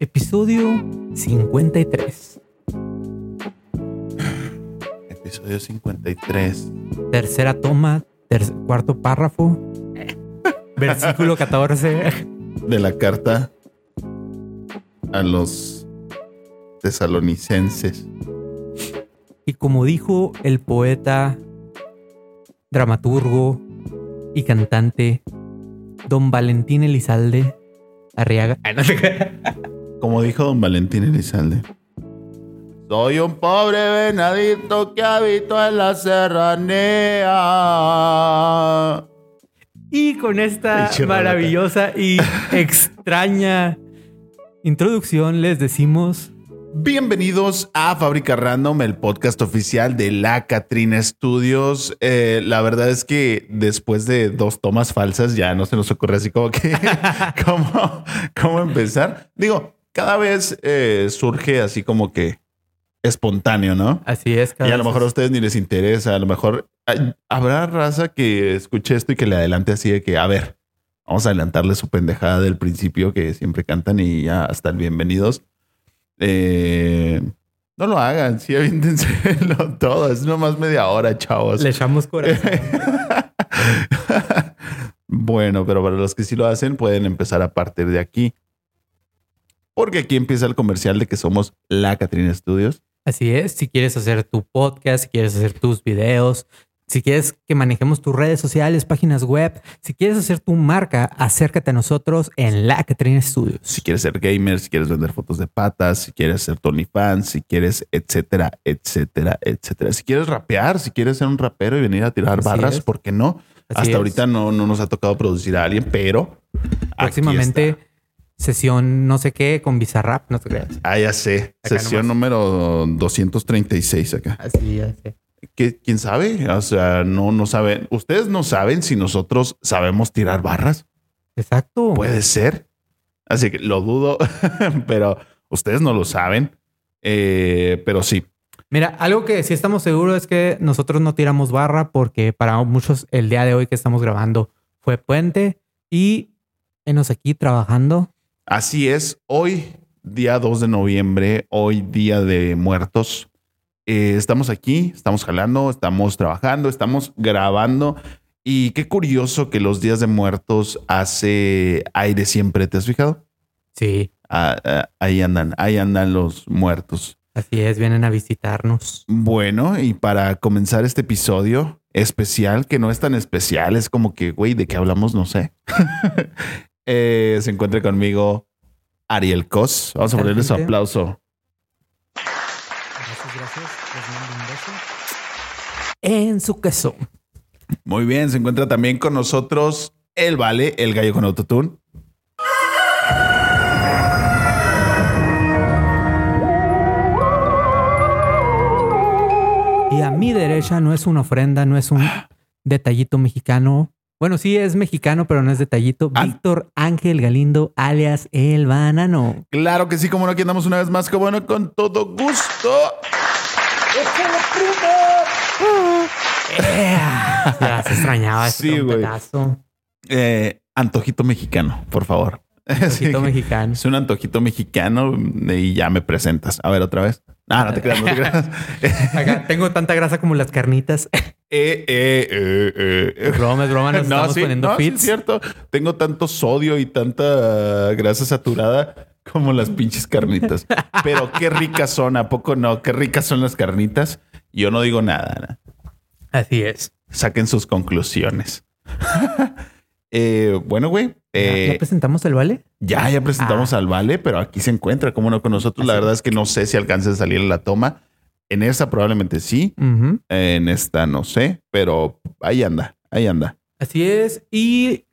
episodio 53. Episodio 53. Tercera toma, ter- cuarto párrafo. versículo 14. De la carta a los tesalonicenses. Y como dijo el poeta, dramaturgo y cantante Don Valentín Elizalde Arriaga. Ah, no sé. Como dijo don Valentín Elizalde. Soy un pobre venadito que habito en la serranía. Y con esta Pinche rolota. maravillosa y extraña introducción les decimos Bienvenidos a Fábrica Random, el podcast oficial de la Catrina Studios. Eh, la verdad es que después de dos tomas falsas ya no se nos ocurre así como que cómo, cómo empezar. Digo, cada vez eh, surge así como que espontáneo, ¿no? así es. Y cada a lo vez mejor a ustedes ni les interesa, a lo mejor ah, habrá raza que escuche esto y que le adelante así de que, a ver, vamos a adelantarle su pendejada del principio que siempre cantan y ya hasta el bienvenidos. Eh, no lo hagan, sí, aviéntenselo todo, es nomás media hora, chavos. le echamos corazón. bueno, pero para los que sí lo hacen, pueden empezar a partir de aquí. Porque aquí empieza el comercial de que somos la Catrina Studios. Así es, si quieres hacer tu podcast, si quieres hacer tus videos, si quieres que manejemos tus redes sociales, páginas web, si quieres hacer tu marca, acércate a nosotros en La Catrina Studios. si quieres ser gamer, si quieres vender fotos de patas, si quieres ser Tony Fan, si quieres, etcétera, etcétera, etcétera. Si quieres rapear, si quieres ser un rapero y venir a tirar Así barras, es. ¿por qué no? Así Hasta es. ahorita no, no nos ha tocado producir a alguien, pero aquí Próximamente, está. sesión no sé qué con Bizarrap, no te creas. Ah, ya sé. Acá Sesión número 236 acá. Así es. ¿Qué- ¿Quién sabe? O sea, no, no saben. Ustedes no saben si nosotros sabemos tirar barras. Exacto. Puede ser. Así que lo dudo, pero ustedes no lo saben. Eh, pero sí, Mira, algo que sí estamos seguros es que nosotros no tiramos barra porque para muchos el día de hoy que estamos grabando fue puente y enos aquí trabajando. Así es, hoy, día 2 de noviembre, hoy día de muertos. eh, estamos aquí, estamos jalando, estamos trabajando, estamos grabando. Y qué curioso que los días de muertos hace aire siempre, ¿te has fijado? Sí, Ah, ah, ahí andan, ahí andan los muertos. así es, vienen a visitarnos. Bueno, y para comenzar este episodio especial, que no es tan especial, es como que, güey, ¿de qué hablamos? No sé. Eh, se encuentra conmigo Ariel Cos. Vamos a ponerle su Excelente. aplauso. Gracias, gracias. Les mando un beso. En su queso. Muy bien, se encuentra también con nosotros el Vale, el gallo con autotune. Y a mi derecha no es una ofrenda, no es un detallito mexicano. Bueno, sí es mexicano, pero no es detallito. Ah. Víctor Ángel Galindo, alias El Banano. Claro que sí, como no, aquí andamos una vez más, como no, con todo gusto. ¡Échale, primo! ¡Ea! Eh, Ya se extrañaba ese Sí, güey. trompetazo. Eh, antojito mexicano, por favor. Poquito Sí. mexicano. Es un antojito mexicano y ya me presentas. A ver, otra vez. Ah, no te creas, no te creas. Acá tengo tanta grasa como las carnitas. Eh, eh, eh, eh, eh. Broma, es broma, nos estamos sí, poniendo no, sí fits. es cierto. Tengo tanto sodio y tanta grasa saturada como las pinches carnitas. Pero qué ricas son, ¿a poco no? Qué ricas son las carnitas. Yo no digo nada. ¿no? Así es. Saquen sus conclusiones. Eh, bueno, güey. eh, ¿Ya, ya presentamos el vale? Ya, ya presentamos al Vale, pero aquí se encuentra, como no con nosotros. La Así verdad es que no sé si alcance a salir a la toma. En esta probablemente sí, Ujú. en esta no sé, pero ahí anda, ahí anda. Así es. Y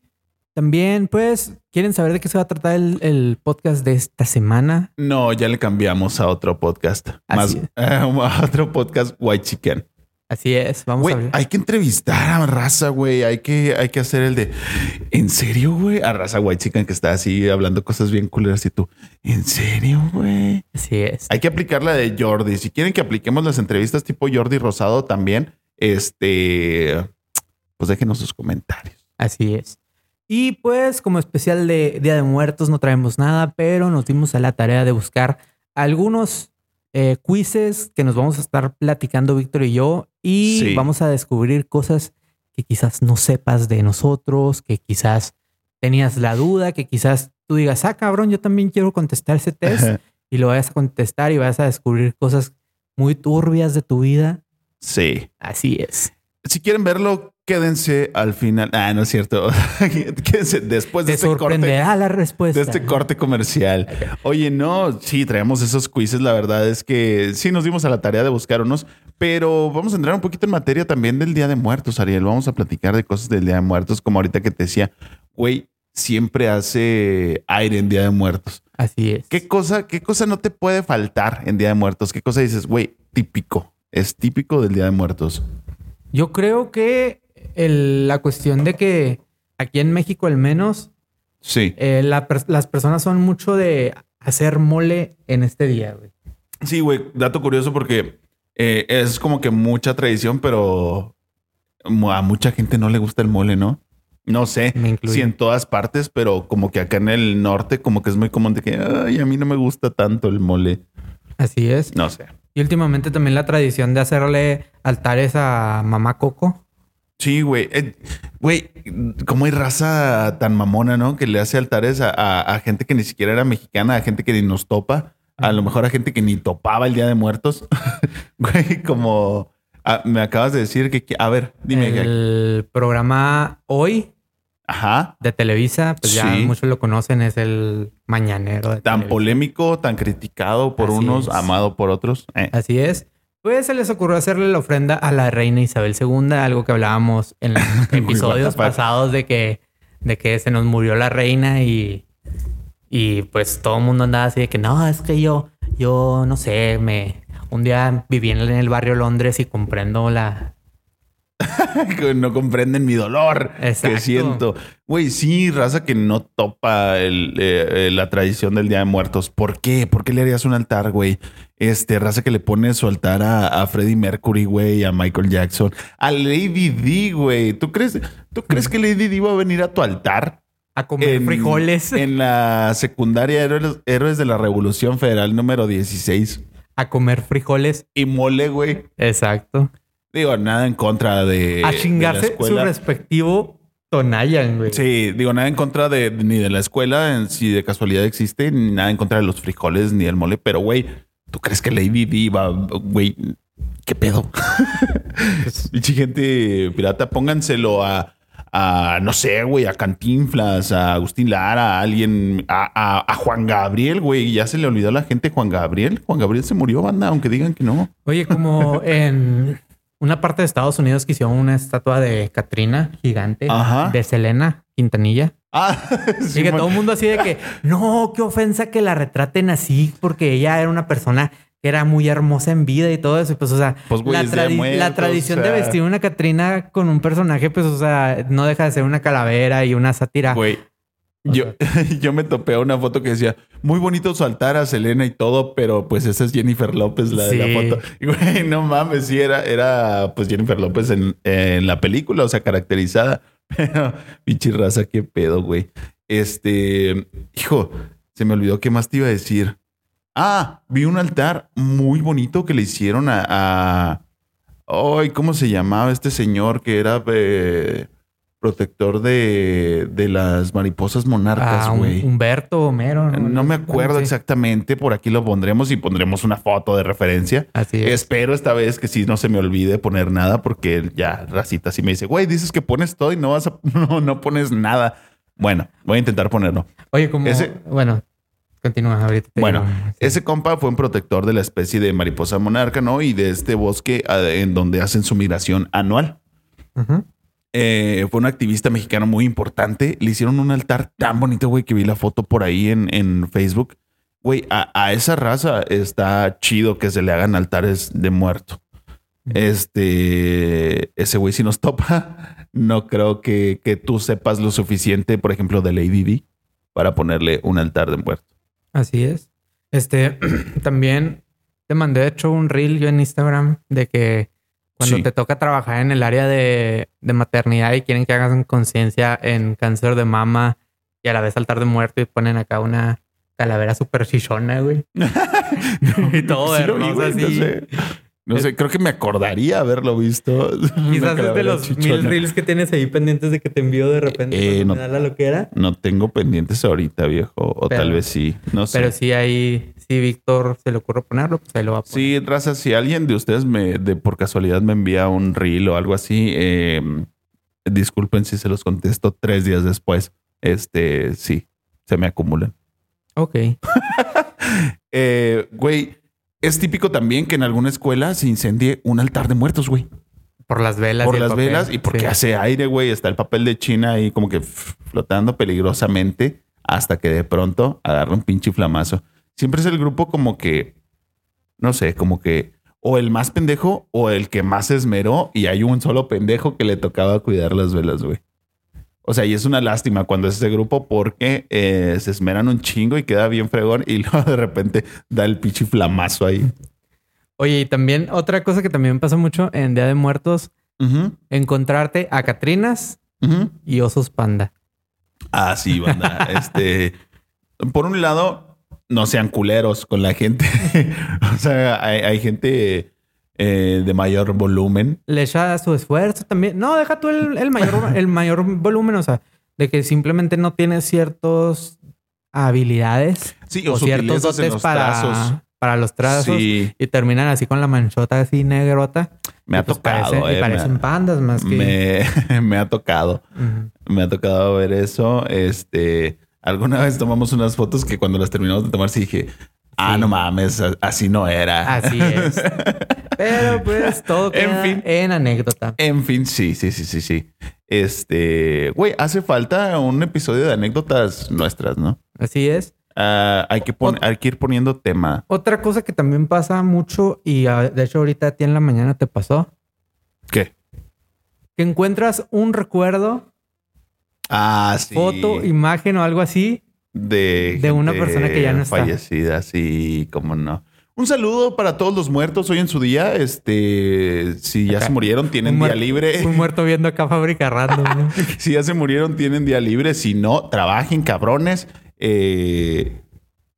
también, pues, ¿quieren saber de qué se va a tratar el, el podcast de esta semana? No, ya le cambiamos a otro podcast. Más, Así es. a otro podcast White Chicken. Así es. Vamos Güey, a ver. hay que entrevistar a raza, güey. Hay que, hay que hacer el de en serio, güey. A raza White Chicken que está así hablando cosas bien culeras y tú, en serio, güey. Así es. Hay que aplicar la de Jordi. Si quieren que apliquemos las entrevistas tipo Jordi Rosado también, este, pues déjenos sus comentarios. Así es. Y pues como especial de Día de Muertos no traemos nada, pero nos dimos a la tarea de buscar algunos eh, quizzes que nos vamos a estar platicando Víctor y yo y Sí. vamos a descubrir cosas que quizás no sepas de nosotros, que quizás tenías la duda, que quizás tú digas, ah, cabrón, yo también quiero contestar ese test y lo vayas a contestar y vas a descubrir cosas muy turbias de tu vida. Sí. Así es. Si quieren verlo, quédense al final. Ah, no es cierto. quédense después de Te este corte. sorprenderá la respuesta. De este corte comercial. Oye, no, sí, traemos esos quizzes. La verdad es que sí nos dimos a la tarea de buscar unos, pero vamos a entrar un poquito en materia también del Día de Muertos, Ariel. Vamos a platicar de cosas del Día de Muertos, como ahorita que te decía, güey, siempre hace aire en Día de Muertos. Así es. ¿Qué cosa, qué cosa no te puede faltar en Día de Muertos? ¿Qué cosa dices, güey, típico? Es típico del Día de Muertos. Yo creo que el- la cuestión de que aquí en México al menos Sí. eh, la per- las personas son mucho de hacer mole en este día, güey. Sí, güey, dato curioso porque eh, es como que mucha tradición, pero mu- a mucha gente no le gusta el mole, ¿no? No sé Me incluyo. si en todas partes, pero como que acá en el norte, como que es muy común de que ay, a mí no me gusta tanto el mole. Así es. No sé. Y últimamente también la tradición de hacerle altares a mamá Coco. Sí, güey. Eh, Güey, cómo hay raza tan mamona, ¿no? Que le hace altares a, a- a gente que ni siquiera era mexicana, a gente que ni nos topa, a lo mejor a gente que ni topaba el Día de Muertos. Güey, como ah, me acabas de decir que, que- a ver, dime. que- el programa hoy Ajá. de Televisa, pues ya Sí. muchos lo conocen, es el mañanero. de Tan Televisa. polémico, tan criticado por Así unos, es. amado por otros. Eh, Así es. Pues se les ocurrió hacerle la ofrenda a la reina Isabel II, algo que hablábamos en los What the episodios fuck. pasados de que, de que se nos murió la reina y, y pues todo el mundo andaba así de que no, es que yo, yo no sé, me un día viví en el barrio Londres y comprendo la... que no comprenden mi dolor Exacto. que siento. Güey, sí, raza que no topa el, eh, eh, la tradición del Día de Muertos. ¿Por qué? ¿Por qué le harías un altar, güey? Este, raza que le pone su altar a, a Freddie Mercury, güey, a Michael Jackson, a Lady D, güey. ¿Tú crees, ¿Tú crees que Lady D va a venir a tu altar? A comer frijoles, En la secundaria Héroes, Héroes de la Revolución Federal número 16. a comer frijoles. Y mole, güey. Exacto. Digo, nada en contra Eh, de. a de la chingarse su escuela. respectivo Tonayan, güey. Sí, digo, nada en contra de ni de la escuela, en- si de casualidad existe, ni nada en contra de los frijoles ni del mole, pero güey, ¿tú crees que Lady D va, güey? ¿Qué pedo? Pues, Pinche gente pirata, pónganselo a, a, no sé, güey, a Cantinflas, a Agustín Lara, a alguien, a, a- a Juan Gabriel, güey, ya se le olvidó a la gente Juan Gabriel. Juan Gabriel se murió, banda, aunque digan que no. Oye, como en una parte de Estados Unidos que hicieron una estatua de Katrina gigante, Ajá. de Selena Quintanilla. Ah, y que Simón. todo el mundo así de que, no, qué ofensa que la retraten así, porque ella era una persona que era muy hermosa en vida y todo eso. Y pues, o sea, Pues, güey, la, es Día de tradi- Muertos, la tradición o sea. de vestir una Katrina con un personaje, pues, o sea, no deja de ser una calavera y una sátira. Güey. O Yo, yo me topé a una foto que decía, muy bonito su altar a Selena y todo, pero pues esa es Jennifer López, la de Sí. la foto. Y güey, no mames, sí, era, era pues Jennifer López en, en la película, o sea, caracterizada. Pero, pinche raza, qué pedo, güey. Este, hijo, se me olvidó qué más te iba a decir. Ah, vi un altar muy bonito que le hicieron a... a- Ay, ¿cómo se llamaba este señor que era eh, protector de, de las mariposas monarcas, Ah, un- güey? Humberto Homero. No me acuerdo Sí. exactamente, por aquí lo pondremos y pondremos una foto de referencia. Así es. Espero esta vez que sí no se me olvide poner nada porque ya Racita sí me dice, güey, dices que pones todo y no vas a, no, no pones nada. Bueno, voy a intentar ponerlo. Oye, como, Ese- bueno, continúa ahorita. te Bueno, digo. ese compa fue un protector de la especie de mariposa monarca, ¿no? Y de este bosque ah, en donde hacen su migración anual. Ujú. Eh, fue un activista mexicano muy importante. Le hicieron un altar tan bonito, güey, que vi la foto por ahí en, en Facebook. Güey, a, a esa raza está chido que se le hagan altares de muerto. Este, ese güey, si nos topa, no creo que, que tú sepas lo suficiente, por ejemplo, de Lady D para ponerle un altar de muerto. Así es. Este, también te mandé de hecho un reel yo en Instagram de que Cuando Sí. te toca trabajar en el área de, de maternidad y quieren que hagas conciencia en cáncer de mama y a la vez saltar de muerto y ponen acá una calavera super chichona, güey. y todo Sí lo vi, hermoso güey, así. No sé. No sé, creo que me acordaría haberlo visto. Una Quizás es de calavera los mil chichona. reels que tienes ahí pendientes de que te envío de repente Eh, cuando no. me da la loquera. No tengo pendientes ahorita, viejo. O Pero- tal vez sí. No sé. Pero sí ahí, si Víctor se le ocurre ponerlo, pues ahí lo va a poner. Sí, raza, si alguien de ustedes me, de por casualidad me envía un reel o algo así, eh, disculpen si se los contesto tres días después. Este, sí, se me acumulan. Ok. Eh, güey, es típico también que en alguna escuela se incendie un altar de muertos, güey. Por las velas. por el las papel. velas y porque Sí. hace aire, güey. Está el papel de China ahí como que f- flotando peligrosamente hasta que de pronto agarra un pinche flamazo. Siempre es el grupo como que, no sé, como que o el más pendejo o el que más se esmeró y hay un solo pendejo que le tocaba cuidar las velas, güey. O sea, y es una lástima cuando es ese grupo porque eh, se esmeran un chingo y queda bien fregón y luego de repente da el pinche flamazo ahí. Oye, y también otra cosa que también pasa mucho en Día de Muertos, Ujú, encontrarte a Catrinas ujú. y osos panda. Ah, sí, banda. este, por un lado, no sean culeros con la gente. o sea, hay, hay gente eh, de mayor volumen. Le echa su esfuerzo también. No, deja tú el, el mayor, el mayor volumen, o sea, de que simplemente no tienes ciertas habilidades Sí, o o ciertos dotes para, para los trazos. Sí, Y terminan así con la manchota así negrota. me Y ha pues tocado. parecen- eh, y parecen pandas más que... me- me- me ha tocado. Ujú. Me ha tocado ver eso. Este, alguna vez tomamos unas fotos que cuando las terminamos de tomar sí dije, ah, Sí. no mames, a- así no era. Así es. Pero pues todo queda en, fin. anécdota. En fin, sí, sí, sí, sí, sí. Este, güey, hace falta un episodio de anécdotas nuestras, ¿no? Así es. Ah, hay, que pon- Ot- hay que ir poniendo tema. Otra cosa que también pasa mucho y ah, de hecho ahorita a ti en la mañana te pasó, ¿Qué? que encuentras un recuerdo, Ah, sí. foto, imagen o algo así. de, de una gente persona que ya no está. Fallecida, sí, cómo no. Un saludo para todos los muertos hoy en su día. Este, si ya Acá. se murieron, tienen Un día muer- libre. Un muerto viendo acá fábrica random. ¿no? Si ya se murieron, tienen día libre. Si no, trabajen, cabrones. Eh,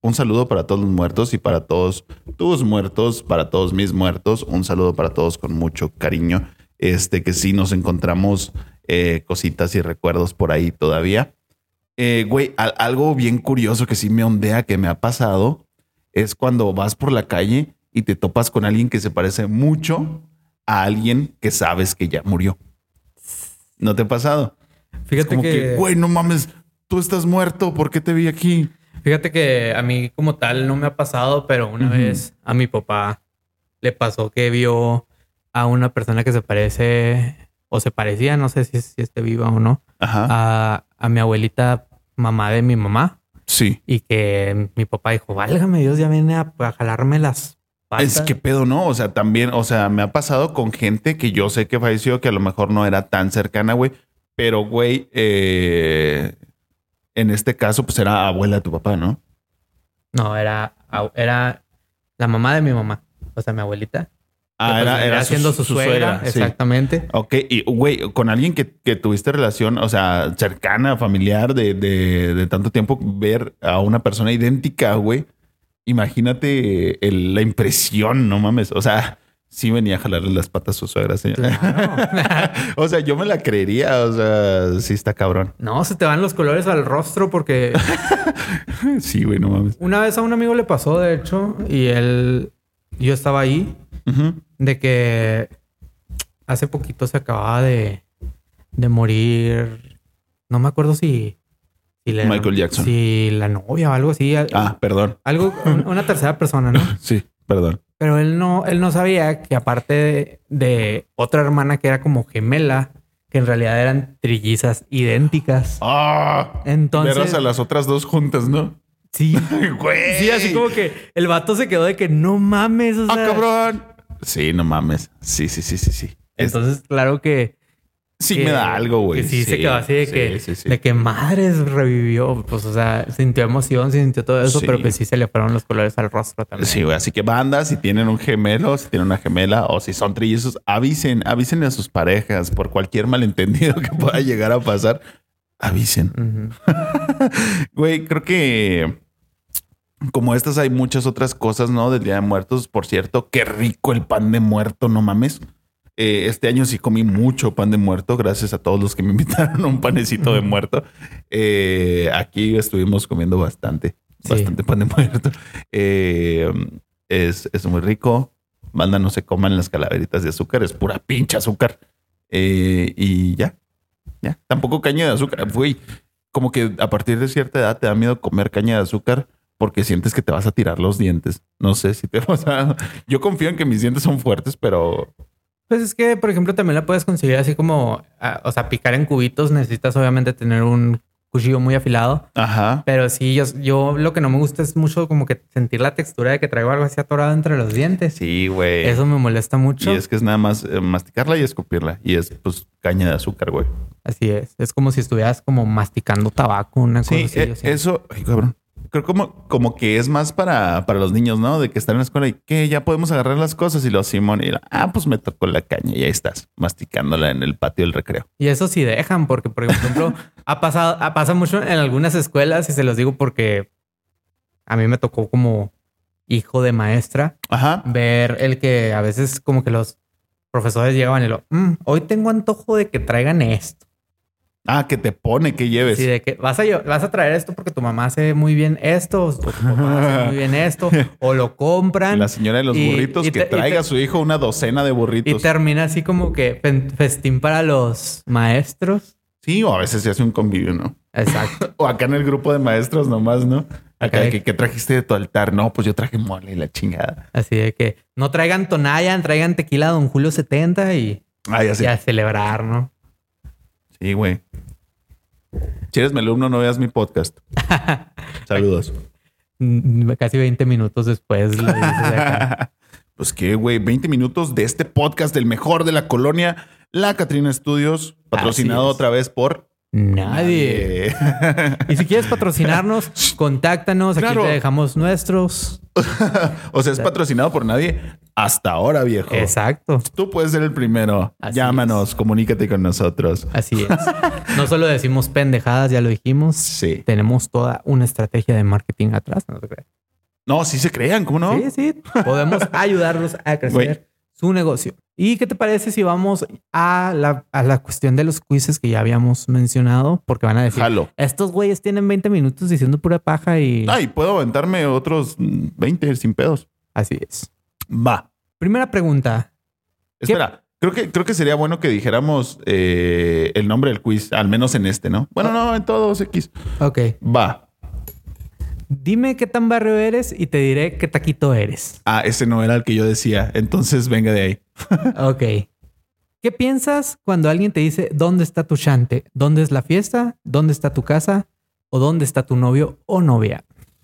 un saludo para todos los muertos y para todos tus muertos, para todos mis muertos. Un saludo para todos con mucho cariño. Este que sí nos encontramos eh, cositas y recuerdos por ahí todavía. Eh, güey, al- algo bien curioso que sí me ondea que me ha pasado es cuando vas por la calle y te topas con alguien que se parece mucho a alguien que sabes que ya murió. ¿No te ha pasado? Es Fíjate como que, que, güey, no mames, tú estás muerto, ¿por qué te vi aquí? fíjate que a mí como tal no me ha pasado, pero una Ujú. vez a mi papá le pasó que vio a una persona que se parece o se parecía, no sé si, si esté viva o no, Ajá. a, a mi abuelita, mamá de mi mamá. sí. Y que mi papá dijo, válgame Dios, ya viene a, a jalarme las patas. Es que pedo, ¿no? O sea, también, o sea, me ha pasado con gente que yo sé que falleció, que a lo mejor no era tan cercana, güey. Pero, güey, eh, en este caso, pues era abuela de tu papá, ¿no? No, era, au- era la mamá de mi mamá. O sea, mi abuelita. Ah, Que, pues, era, era siendo su, suegra. sí. Exactamente. Ok, y güey, con alguien que, que tuviste relación, o sea, cercana, familiar, de, de, de tanto tiempo, ver a una persona idéntica, güey, imagínate el- la impresión, no mames. O sea, sí venía a jalarle las patas a su suegra, señora. Claro. o sea, yo me la creería, o sea, sí está cabrón. no, se te van los colores al rostro porque Sí, güey, no mames. una vez a un amigo le pasó, de hecho, y él, yo estaba ahí, Ujú. de que hace poquito se acababa de, de morir. No me acuerdo si, si la- Michael Jackson. Si la novia o algo así. Al- Ah, perdón. Algo, un- una tercera persona, ¿no? Sí, perdón. Pero él no, él no sabía que aparte de, de otra hermana que era como gemela, que en realidad eran trillizas idénticas. Ah, Entonces- verlas a las otras dos juntas, ¿no? Sí. Güey. Sí, así como que el vato se quedó de que no mames. o ¡Ah, sea". cabrón! Sí, no mames. Sí, sí, sí, sí, sí. Es- Entonces, claro que sí que- me da algo, güey. Que sí, se quedó así de, sí, que, sí, sí. de que madres revivió. Pues, o sea, sintió emoción, sintió todo eso, Sí. pero que sí se le fueron los colores al rostro también. Sí, güey. Así que banda, si tienen un gemelo, si tienen una gemela o si son trillizos, avisen, avisen a sus parejas por cualquier malentendido que pueda llegar a pasar. Avisen. Ujú. Güey, creo que como estas hay muchas otras cosas, ¿no? Del Día de Muertos, por cierto. Qué rico el pan de muerto, no mames. Eh, este año sí comí mucho pan de muerto, gracias a todos los que me invitaron a un panecito de muerto. Eh, aquí estuvimos comiendo bastante, Sí. bastante pan de muerto. Eh, es, es muy rico. Manda, no se coman las calaveritas de azúcar, es pura pinche azúcar. Eh, y ya, ya. Tampoco caña de azúcar. Güey, como que a partir de cierta edad te da miedo comer caña de azúcar porque sientes que te vas a tirar los dientes. No sé si te vas a... Yo confío en que mis dientes son fuertes, pero... Pues es que, por ejemplo, también la puedes conseguir así como, ah, o sea, picar en cubitos. Necesitas obviamente tener un cuchillo muy afilado. Ajá. Pero sí, yo, yo lo que no me gusta es mucho como que sentir la textura de que traigo algo así atorado entre los dientes. Sí, güey. Eso me molesta Y mucho. es que es nada más eh, masticarla y escupirla. Y es pues caña de azúcar, güey. Así es. Es como si estuvieras como masticando tabaco, una cosa Sí, así. eh, yo siento. eso... Ay, cabrón. Creo como, como que es más para, para los niños, ¿no? De que están en la escuela y que ya podemos agarrar las cosas y los Simón y la- ah, pues me tocó la caña y ahí estás, masticándola en el patio del recreo. Y eso sí dejan, porque por ejemplo, ha pasado, ha pasado mucho en algunas escuelas, y se los digo porque a mí me tocó como hijo de maestra Ajá. ver el que a veces como que los profesores llegaban y lo, "Mm, hoy tengo antojo de que traigan esto. Ah, que te pone que lleves. Así de que vas a, lle- vas a traer esto porque tu mamá hace muy bien esto, o tu papá hace muy bien esto, o lo compran. La señora de los Y- burritos y que te- y te- traiga a su hijo una docena de Y burritos. termina así como que fen- festín para los maestros. Sí, o a veces se hace un convivio, ¿no? Exacto. O acá en el grupo de maestros nomás, ¿no? Acá, Acá de- ¿qué, qué trajiste de tu altar? No, pues yo traje mole y la chingada. Así de que no traigan tonayan, traigan tequila Don Julio 70 y, Ah, ya sé. y a celebrar, ¿no? Sí, güey. Si eres mi alumno, no veas mi podcast. Saludos. Mm, Casi 20 minutos después. lo dices acá. pues qué, güey, 20 minutos de este podcast, el mejor de la colonia, La Catrina Studios, patrocinado es. otra vez por Nadie. Nadie. Y si quieres patrocinarnos, contáctanos. Aquí Claro. te dejamos nuestros. o sea, es patrocinado por nadie hasta ahora, viejo. Exacto. Tú puedes ser el primero. Así Llámanos, comunícate con nosotros. Así es. No solo decimos pendejadas, ya lo dijimos. Sí. Tenemos toda una estrategia de marketing atrás. No te creas. No, sí se crean, ¿cómo no? Sí, sí. Podemos ayudarlos a crecer Güey. su negocio. ¿Y qué te parece si vamos a la, a la cuestión de los quizzes que ya habíamos mencionado? Porque van a decir, Jalo. estos güeyes tienen 20 minutos diciendo pura paja y Ay, puedo aventarme otros mm, 20 sin pedos. así es. Va. Primera pregunta. Espera. Creo que, creo que sería bueno que dijéramos eh, el nombre del quiz, al menos en este, ¿no? Ah. Bueno, no, en todos X. Ok. Va. Dime qué tan barrio eres y te diré qué taquito eres. Ah, ese no era el que yo decía. Entonces venga de ahí. Ok. ¿Qué piensas cuando alguien te dice dónde está tu chante? ¿Dónde es la fiesta? ¿Dónde está tu casa? ¿O dónde está tu novio o novia?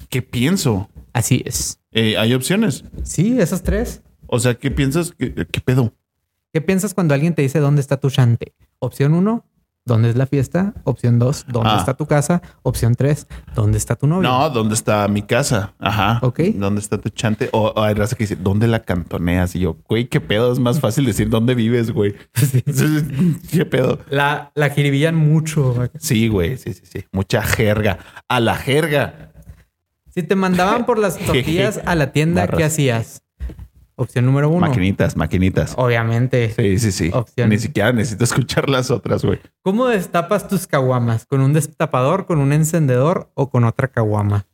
¿Qué pienso? Así es. Eh, Hay opciones. Sí, esas tres. O sea, ¿qué piensas? ¿Qué, qué pedo? ¿Qué piensas cuando alguien te dice dónde está tu chante? Opción 1, ¿dónde es la fiesta? Opción 2, ¿dónde Ah. está tu casa? Opción 3, ¿dónde está tu novio? No, ¿dónde está mi casa? Ajá. Ok. ¿Dónde está tu chante? O, o hay raza que dice, ¿dónde la cantoneas? Y yo, güey, qué pedo. Es más fácil decir dónde vives, güey. Sí. qué pedo. La, la jiribillan mucho. Sí, güey. Sí, sí, sí. Mucha jerga. A la jerga. Si te mandaban por las tortillas a la tienda, ¿qué Barras. hacías? Opción número 1. Maquinitas, maquinitas. Obviamente. Sí, sí, sí. Opción. Ni siquiera necesito escuchar las otras, güey. ¿Cómo destapas tus caguamas? ¿Con un destapador, con un encendedor o con otra caguama?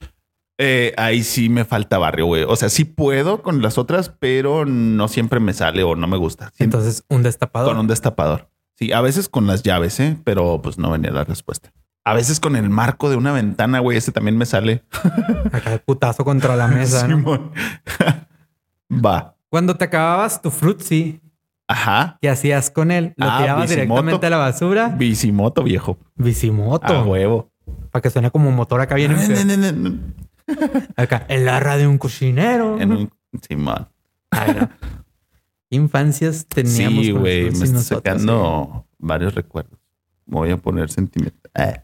Eh, ahí sí me falta barrio, güey. O sea, sí puedo con las otras, pero no siempre me sale o no me gusta. Sí, Entonces, un destapador. Con un destapador. Sí, a veces con las llaves, ¿eh? Pero pues no venía la respuesta. A veces con el marco de una ventana, güey, ese también me sale. Acá el putazo contra la mesa. ¿no? Simón. Va. Cuando te acababas tu frutzi, Ajá. ¿qué hacías con él? ¿Lo Ah, tirabas bicimoto. directamente a la basura? Bicimoto, viejo. Bicimoto. A huevo. Para que suene como un motor acá Ah, bien. en acá. El arra de un cocinero. un Simón. Ay, no. Infancias teníamos. Sí, con güey. nosotros Me y está nosotros, eh? sacando varios recuerdos. Me voy a poner sentimiento. Eh,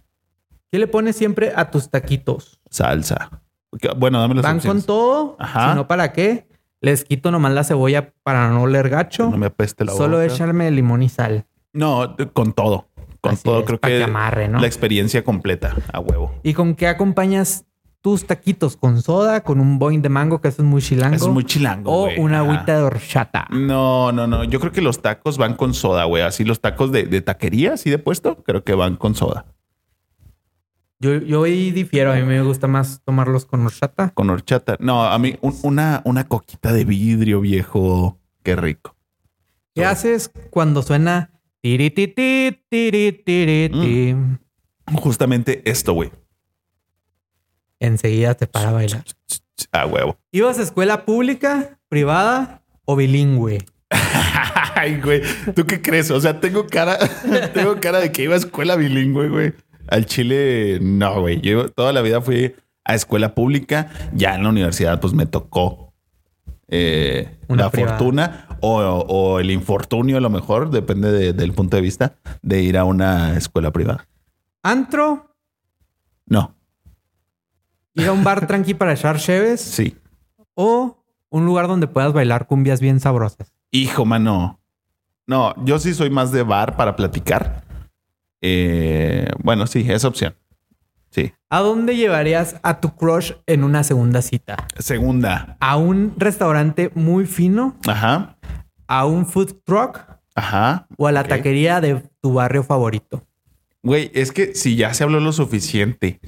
¿Qué le pones siempre a tus taquitos? salsa. Ok, Bueno, dame las ¿Van con opciones. todo? Ajá. Si no, ¿para qué? Les quito nomás la cebolla para no oler gacho. No me apeste la Solo boca. echarme limón y sal. No, con todo. Con Así todo. es, Creo para que amarre, ¿no? la experiencia completa a huevo. ¿Y con qué acompañas tus taquitos? ¿Con soda? ¿Con un boing de mango? Que eso es muy chilango. Es muy chilango. o güey. una Ajá. agüita de horchata. No, no, no. Yo creo que los tacos van con soda, güey. Así los tacos de, de taquería, así de puesto, creo que van con soda. Yo, yo ahí difiero. A mí me gusta más tomarlos con horchata. Con horchata. No, a mí un- una, una coquita de vidrio, viejo. Qué rico. ¿Qué Sobre. haces cuando suena tiri ti, ti, tiri tiri, ti? Mm. Justamente esto, güey. Enseguida te para a bailar. A Ah, huevo. ¿Ibas a escuela pública, privada o bilingüe? Ay, güey. ¿Tú qué crees? O sea, tengo cara, tengo cara de que iba a escuela bilingüe, güey. Al Chile, no, güey. Yo toda la vida fui a escuela pública. Ya en la universidad, pues me tocó eh, Una la privada. fortuna o, o el infortunio, a lo mejor, depende de- del punto de vista, de ir a una escuela privada. ¿Antro? No, ¿Ir a un bar tranqui para echar cheves? sí. ¿O un lugar donde puedas bailar cumbias bien sabrosas? Hijo, mano. No, yo sí soy más de bar para platicar. Eh, bueno, sí, es opción. Sí. ¿A dónde llevarías a tu crush en una segunda cita? Segunda. ¿A un restaurante muy fino? Ajá. ¿A un food truck? Ajá. ¿O a la Ok. taquería de tu barrio favorito? Güey, es que si ya se habló lo suficiente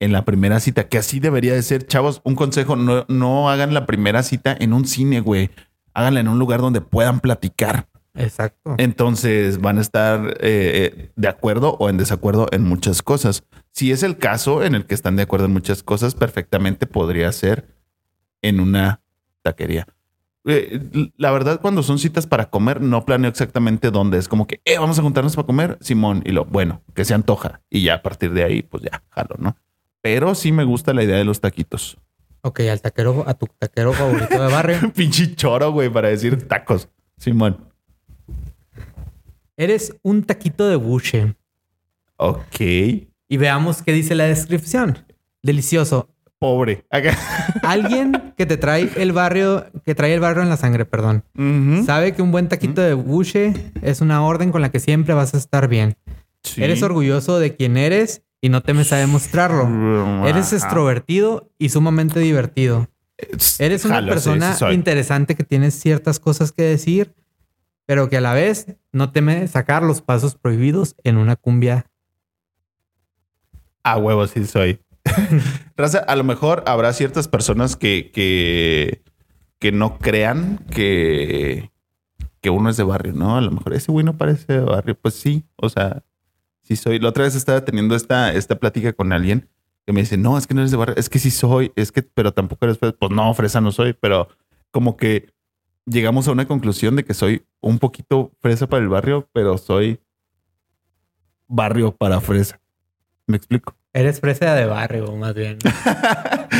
en la primera cita, que así debería de ser, chavos, un consejo, no, no hagan la primera cita en un cine, güey. Háganla en un lugar donde puedan platicar. Exacto. Entonces van a estar eh, eh, de acuerdo o en desacuerdo en muchas cosas. Si es el caso en el que están de acuerdo en muchas cosas, perfectamente podría ser en una taquería. Eh, La verdad, cuando son citas para comer, no planeo exactamente dónde. Es como que, eh, vamos a juntarnos para comer, Simón. Y lo, bueno, que se antoja. Y ya a partir de ahí, pues ya, jalo, ¿no? Pero sí me gusta la idea de los taquitos. Ok, al taquero, a tu taquero favorito de barrio. Pinche choro, güey, para decir tacos. Simón. Eres un taquito de buche. Ok. Y veamos qué dice la descripción. Delicioso. Pobre. Acá. Alguien que te trae el barrio, que trae el barrio en la sangre, perdón. Ujú. Sabe que un buen taquito de buche es una orden con la que siempre vas a estar bien. Sí. Eres orgulloso de quien eres y no temes a demostrarlo. Eres Mm, Ajá. extrovertido y sumamente divertido. Eres una Eh, Jalo, sí, persona sí soy. interesante que tienes ciertas cosas que decir, pero que a la vez no teme sacar los pasos prohibidos en una cumbia. A huevo, sí soy. Raza, a lo mejor habrá ciertas personas que, que, que no crean que, que uno es de barrio, ¿no? A lo mejor ese güey no parece de barrio. Pues sí, o sea, sí soy. La otra vez estaba teniendo esta, esta plática con alguien que me dice, no, es que no eres de barrio, es que sí soy, es que, pero tampoco eres, fresa". pues no, fresa no soy, pero como que llegamos a una conclusión de que soy un poquito fresa para el barrio, pero soy barrio para fresa. ¿Me explico? Eres presa de barrio, más bien.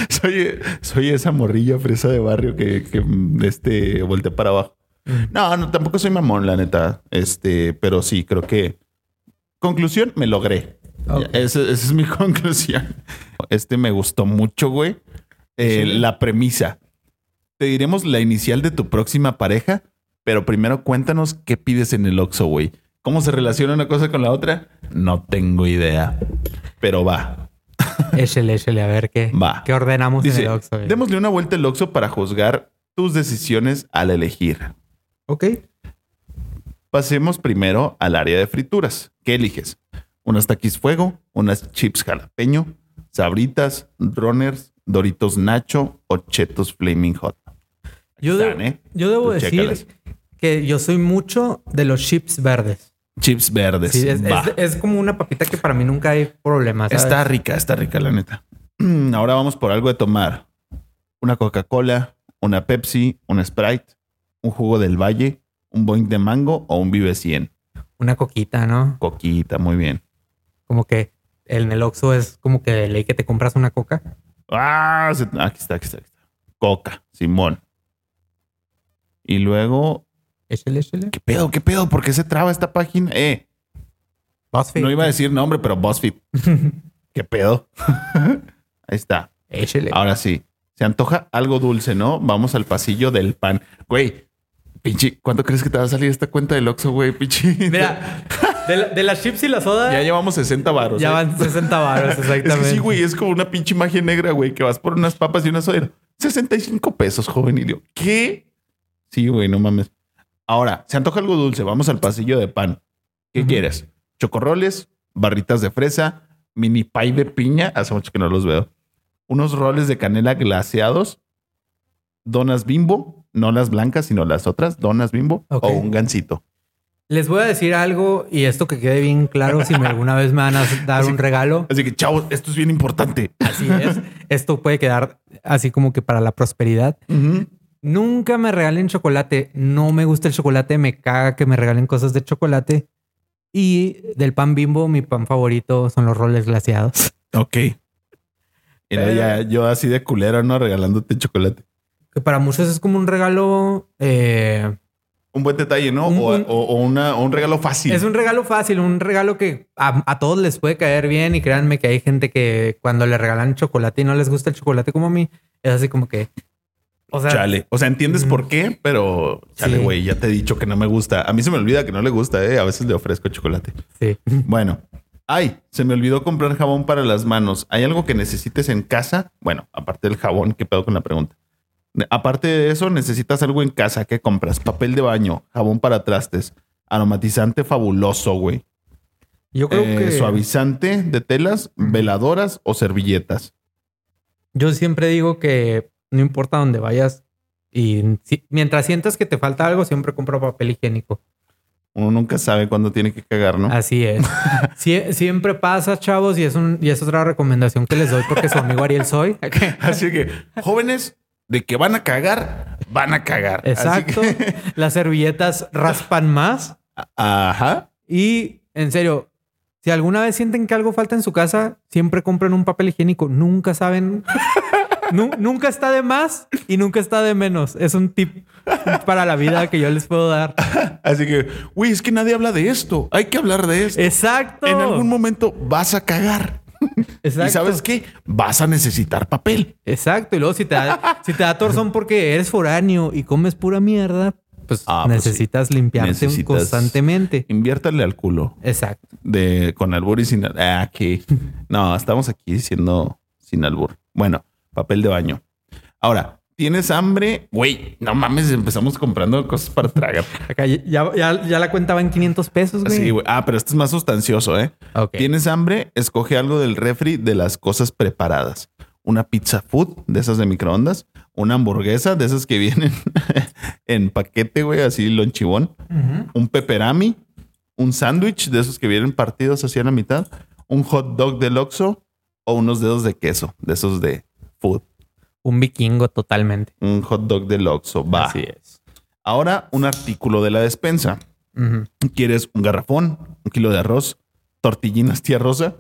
soy, soy esa morrilla fresa de barrio que, que mm, este, volteé para abajo. Mm. No, no, tampoco soy mamón, la neta. Este, pero sí, creo que. Conclusión, me logré. Ok. Ya, Esa, esa es mi conclusión. Este me gustó mucho, güey. Eh, Sí. La premisa. Te diremos la inicial de tu próxima pareja, pero primero cuéntanos qué pides en el Oxxo, güey. ¿Cómo se relaciona una cosa con la otra? No tengo idea. Pero va. Échele, échele, a ver qué, Va. qué ordenamos Dice, en el Oxxo. eh. démosle una vuelta al Oxxo para juzgar tus decisiones al elegir. Ok. Pasemos primero al área de frituras. ¿Qué eliges? Unas taquis fuego, unas chips jalapeño, sabritas, runners, doritos nacho o chetos flaming hot. Ahí Yo, están, de- ¿eh? yo debo Tú decir chécalas. que yo soy mucho de los chips verdes. Chips verdes. Sí, es, Va. es- es como una papita que para mí nunca hay problema. ¿sabes? Está rica, está rica, la neta. Ahora vamos por algo de tomar. Una Coca-Cola, una Pepsi, un Sprite, un jugo del valle, un boing de mango o un Vive 100. Una coquita, ¿no? Coquita, muy bien. Como que en el Oxxo es como que de ley que te compras una coca. Ah, se- aquí está, aquí está, aquí está. Coca, Simón. Y luego, Échele, échele. ¿qué pedo? ¿Qué pedo? ¿Por qué se traba esta página? Eh, BuzzFeed. No iba a decir nombre, pero BuzzFeed. ¿Qué pedo? Ahí está. Échele. Ahora sí. Se antoja algo dulce, ¿no? Vamos al pasillo del pan. Güey, pinche, ¿cuánto crees que te va a salir esta cuenta del Oxxo, güey? Pinche. Mira, de, la- de las chips y la soda Ya ya, llevamos ¿eh? 60 baros. van 60 baros, exactamente. Es que sí, güey, es como una pinche magia negra, güey, que vas por unas papas y una soda. 65 pesos, joven. Y yo, ¿qué? Sí, güey, no mames. Ahora, se antoja algo dulce. Vamos al pasillo de pan. ¿Qué Ujú. quieres? Chocorroles, barritas de fresa, mini pie de piña. Hace mucho que no los veo. Unos roles de canela glaseados, donas bimbo, no las blancas, sino las otras, donas bimbo Ok. o un gansito. Les voy a decir algo y esto que quede bien claro si me alguna vez me van a dar Así- un regalo. Así que, chavos, esto es bien importante. Así es. Esto puede quedar así como que para la prosperidad. Ujú. Nunca me regalen chocolate. No me gusta el chocolate. Me caga que me regalen cosas de chocolate. Y del pan bimbo, mi pan favorito son los roles glaseados. Ok. Mira, Pero- ya yo así de culero, ¿no? Regalándote chocolate. Que para muchos es como un regalo. eh, Un buen detalle, ¿no? Un- o, un- o- o una, o un regalo fácil. Es un regalo fácil, un regalo que a, a todos les puede caer bien. Y créanme que hay gente que cuando le regalan chocolate y no les gusta el chocolate como a mí, es así como que. O sea, Chale. O sea, entiendes Mm. por qué, pero chale, Sí. güey, ya te he dicho que no me gusta. A mí se me olvida que no le gusta, ¿eh? A veces le ofrezco chocolate. sí. Bueno. Ay, se me olvidó comprar jabón para las manos. ¿Hay algo que necesites en casa? Bueno, aparte del jabón, ¿qué pedo con la pregunta? Ne- Aparte de eso, necesitas algo en casa. ¿Qué compras? Papel de baño, jabón para trastes, aromatizante fabuloso, güey. Yo creo Eh, que. suavizante de telas, Ujú. veladoras o servilletas. Yo siempre digo que no importa dónde vayas y si- mientras sientas que te falta algo, siempre compra papel higiénico. Uno nunca sabe cuándo tiene que cagar, ¿no? Así es. Sie- siempre pasa, chavos, y es, un, y es otra recomendación que les doy porque su amigo Ariel soy. Así que, jóvenes, de que van a cagar, van a cagar. Así Exacto. que- Las servilletas raspan más. Ajá. Y en serio, si alguna vez sienten que algo falta en su casa, siempre compren un papel higiénico. Nunca saben. nu- nunca está de más y nunca está de menos. Es un tip para la vida que yo les puedo dar. Así que, güey, es que nadie habla de esto. Hay que hablar de esto. Exacto. En algún momento vas a cagar. Exacto. ¿Y sabes qué? Vas a necesitar papel. Exacto. Y luego si te da, si te da torzón porque eres foráneo y comes pura mierda, pues Ah, pues necesitas limpiarte Necesitas- constantemente. Inviértale al culo Exacto. de con albur y sin albur. Ah, que no, estamos aquí diciendo sin albur. Bueno, papel de baño. Ahora, ¿tienes hambre? Güey, no mames, empezamos comprando cosas para tragar. Acá ya, ya, ya la cuenta va en 500 pesos, güey. Así, güey. Ah, pero esto es más sustancioso, ¿eh? Ok. ¿Tienes hambre? Escoge algo del refri de las cosas preparadas. Una pizza food de esas de microondas, una hamburguesa de esas que vienen en paquete, güey, así lonchibón Ujú. un pepperami, un sándwich de esos que vienen partidos hacia la mitad, un hot dog del Oxxo o unos dedos de queso, de esos de food. Un vikingo totalmente. Un hot dog del Oxxo, va. Así es. Ahora un artículo de la despensa. Ujú. ¿Quieres un garrafón, un kilo de arroz, tortillinas tía rosa,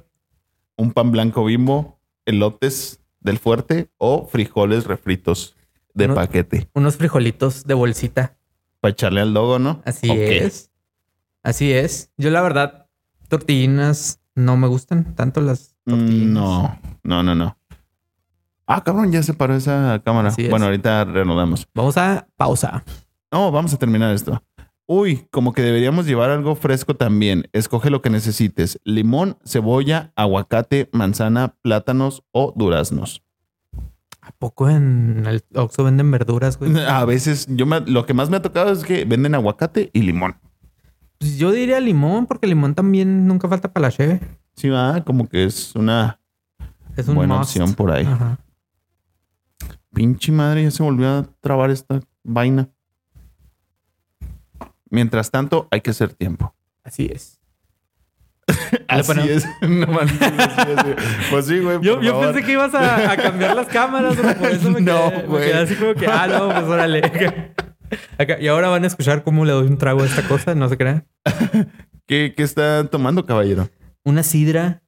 un pan blanco bimbo, elotes del fuerte o frijoles refritos de No. paquete? Unos frijolitos de bolsita. Para echarle al logo, ¿no? Así Ok. es. Así es. Yo la verdad, tortillinas no me gustan tanto las tortillinas. Mm, No, no, no, no. Ah, cabrón, ya se paró esa cámara. Así es. Bueno, ahorita reanudamos. Vamos a pausa. No, vamos a terminar esto. Uy, como que deberíamos llevar algo fresco también. Escoge lo que necesites. Limón, cebolla, aguacate, manzana, plátanos o duraznos. ¿A poco en el Oxxo venden verduras, güey? A veces, yo me- lo que más me ha tocado es que venden aguacate y limón. Pues yo diría limón, porque limón también nunca falta para la cheve. Sí, va, como que es una Es un buena must. Ah. opción por ahí. Ajá. Pinche madre, ya se volvió a trabar esta vaina. Mientras tanto, hay que hacer tiempo. Así es. Así Ah, Bueno. es. No manches, así es. Pues sí, güey. Yo, yo pensé que ibas a, a cambiar las cámaras, pero por eso me No, quedé, me güey. quedé así como que, ah, no, pues órale. Acá- y ahora van a escuchar cómo le doy un trago a esta cosa, no se crean. ¿Qué, qué está tomando, caballero? Una sidra,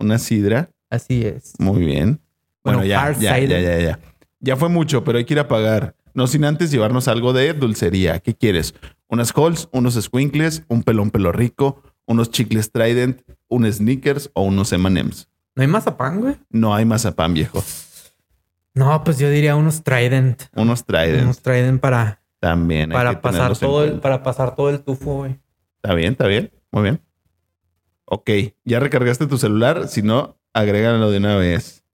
Una sidra. así es. Muy bien. Bueno, Bueno, ya, hard ya, ya, cider. ya, ya. Ya fue mucho, pero hay que ir a pagar. No sin antes llevarnos algo de dulcería. ¿Qué quieres? Unas Halls, unos squinkles, un pelón pelo rico, unos chicles Trident, un Snickers o unos M&M's. ¿No hay mazapán, güey? No hay mazapán, viejo. No, pues yo diría unos Trident. Unos Trident Unos Trident para, también. hay que para, pasar tenerlos en todo el, cuenta. para pasar todo el tufo, güey. Está bien, está bien. Muy bien. Ok, ya recargaste tu celular. Si no, agrégalo de una vez.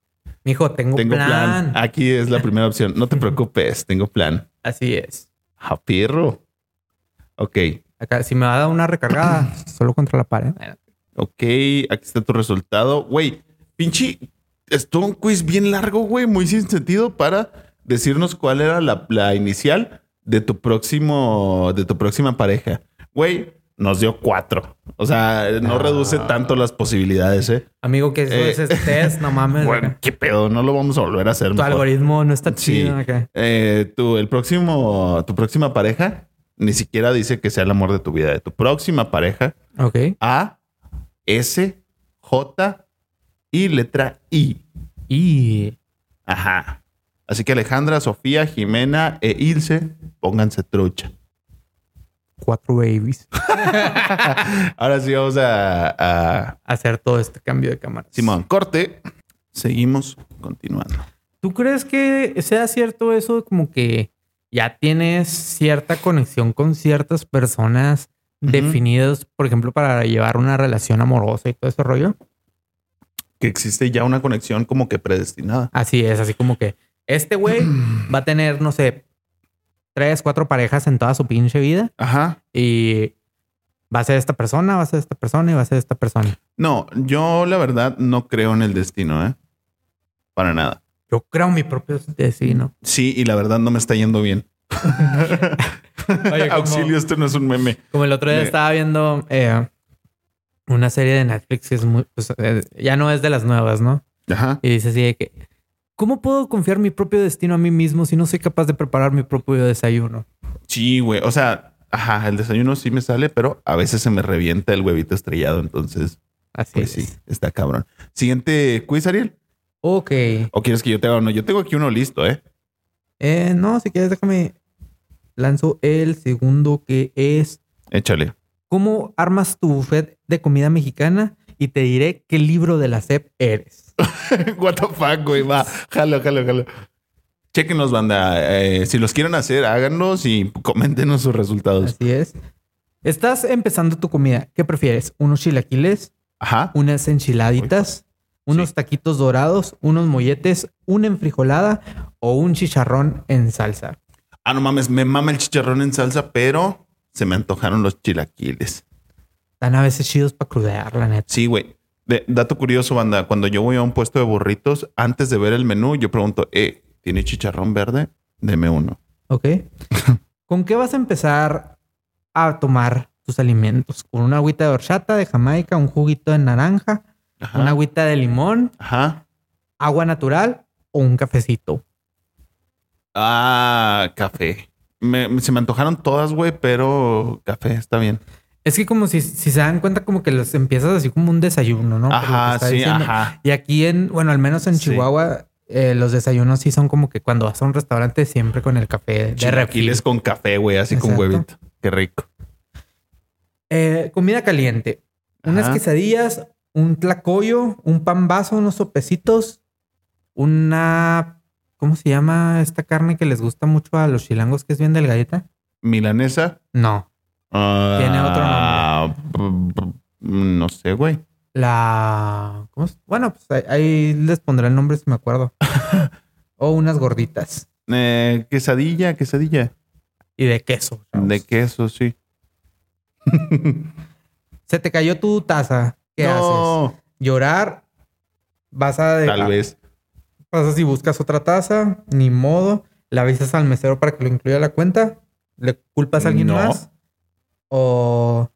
Mijo, tengo, Tengo plan. Ah. plan. Aquí es la primera opción. No te preocupes, tengo plan. Así es. A pirro. Ok, Acá, si me va a dar una recargada, solo contra la pared. ok. Aquí está tu resultado. Güey, pinche. Estuvo un quiz bien largo, güey, muy sin sentido para decirnos cuál era la, la inicial de tu próximo, de tu próxima pareja. Güey, nos dio cuatro. O sea, no Ah. reduce tanto las posibilidades, eh. Amigo, que eso Eh. es ese test, no mames. Bueno, acá. qué pedo, no lo vamos a volver a hacer. tu mejor. algoritmo no está Sí. chido acá. Eh, tu, el próximo, tu próxima pareja ni siquiera dice que sea el amor de tu vida. De tu próxima pareja, Ok. A, S, J y letra I. Y Ajá. Así que Alejandra, Sofía, Jimena e Ilse, pónganse trucha. cuatro babies. Ahora sí vamos a, a- Hacer todo este cambio de cámara. Simón, corte. Seguimos continuando. ¿Tú crees que sea cierto eso como que ya tienes cierta conexión con ciertas personas Ujú. definidas, por ejemplo, para llevar una relación amorosa y todo ese rollo? Que existe ya una conexión como que predestinada. Así es, así como que este güey va a tener, no sé, tres, cuatro parejas en toda su pinche vida Ajá. y va a ser esta persona, va a ser esta persona y va a ser esta persona. No, yo la verdad no creo en el destino, ¿eh? Para nada. Yo creo mi propio destino. Sí, y la verdad no me está yendo bien. Oye, como- Auxilio, esto no es un meme. Como el otro día Me- estaba viendo eh, una serie de Netflix que es muy, pues, eh, ya no es de las nuevas, ¿no? Ajá. Y dice así de que, ¿cómo puedo confiar mi propio destino a mí mismo si no soy capaz de preparar mi propio desayuno? Sí, güey. O sea, ajá, el desayuno sí me sale, pero a veces se me revienta el huevito estrellado. Entonces, Así pues es. sí, está cabrón. Siguiente quiz, Ariel. Ok. ¿O quieres que yo te haga uno? Yo tengo aquí uno listo, ¿eh? Eh, no, si quieres déjame lanzo el segundo que es Échale. ¿Cómo armas tu buffet de comida mexicana? Y te diré qué libro de la SEP eres. What the fuck, güey. Va, jalo, jalo, jalo. Chequenos, banda. Eh, si los quieren hacer, háganlos y coméntenos sus resultados. Así es. Estás empezando tu comida. ¿Qué prefieres? ¿Unos chilaquiles? Ajá. unas enchiladitas, unos Sí. taquitos dorados, unos molletes, una enfrijolada o un chicharrón en salsa. Ah, no mames, me mama el chicharrón en salsa, pero se me antojaron los chilaquiles. Están a veces chidos para crudear, la neta. Sí, güey. De- dato curioso, banda, cuando yo voy a un puesto de burritos, antes de ver el menú, yo pregunto, eh, ¿tiene chicharrón verde? Deme uno. ¿Ok? ¿Con qué vas a empezar a tomar tus alimentos? ¿Con una agüita de horchata de Jamaica, un juguito de naranja, Ajá. una agüita de limón, Ajá. agua natural o un cafecito? Ah, café. Me- me- se me antojaron todas, güey, pero café está bien. Es que como si, si se dan cuenta como que los empiezas así como un desayuno, ¿no? Por lo que ajá, está sí, diciendo. ajá. Y aquí en, bueno, al menos en Sí. Chihuahua, eh, los desayunos sí son como que cuando vas a un restaurante siempre con el café de refil. Chilaquiles con café, güey, así con Exacto. huevito. Qué rico. Eh, comida caliente. Unas Ajá. quesadillas, un tlacoyo, un pan vaso, unos sopecitos, una... ¿Cómo se llama esta carne que les gusta mucho a los chilangos que es bien delgadita? Milanesa. No, Tiene otro otro nombre. No sé, güey. la... ¿cómo se- Bueno, pues ahí, ahí les pondré el nombre si me acuerdo. o unas gorditas Eh, quesadilla, quesadilla. y de queso. chavos. De queso, sí. Se te cayó tu taza. ¿Qué haces? no, llorar. Vas a. ah, tal vez. Pasas y buscas otra taza, ni modo. Le avisas al mesero para que lo incluya a la cuenta. Le culpas a alguien No. más. O,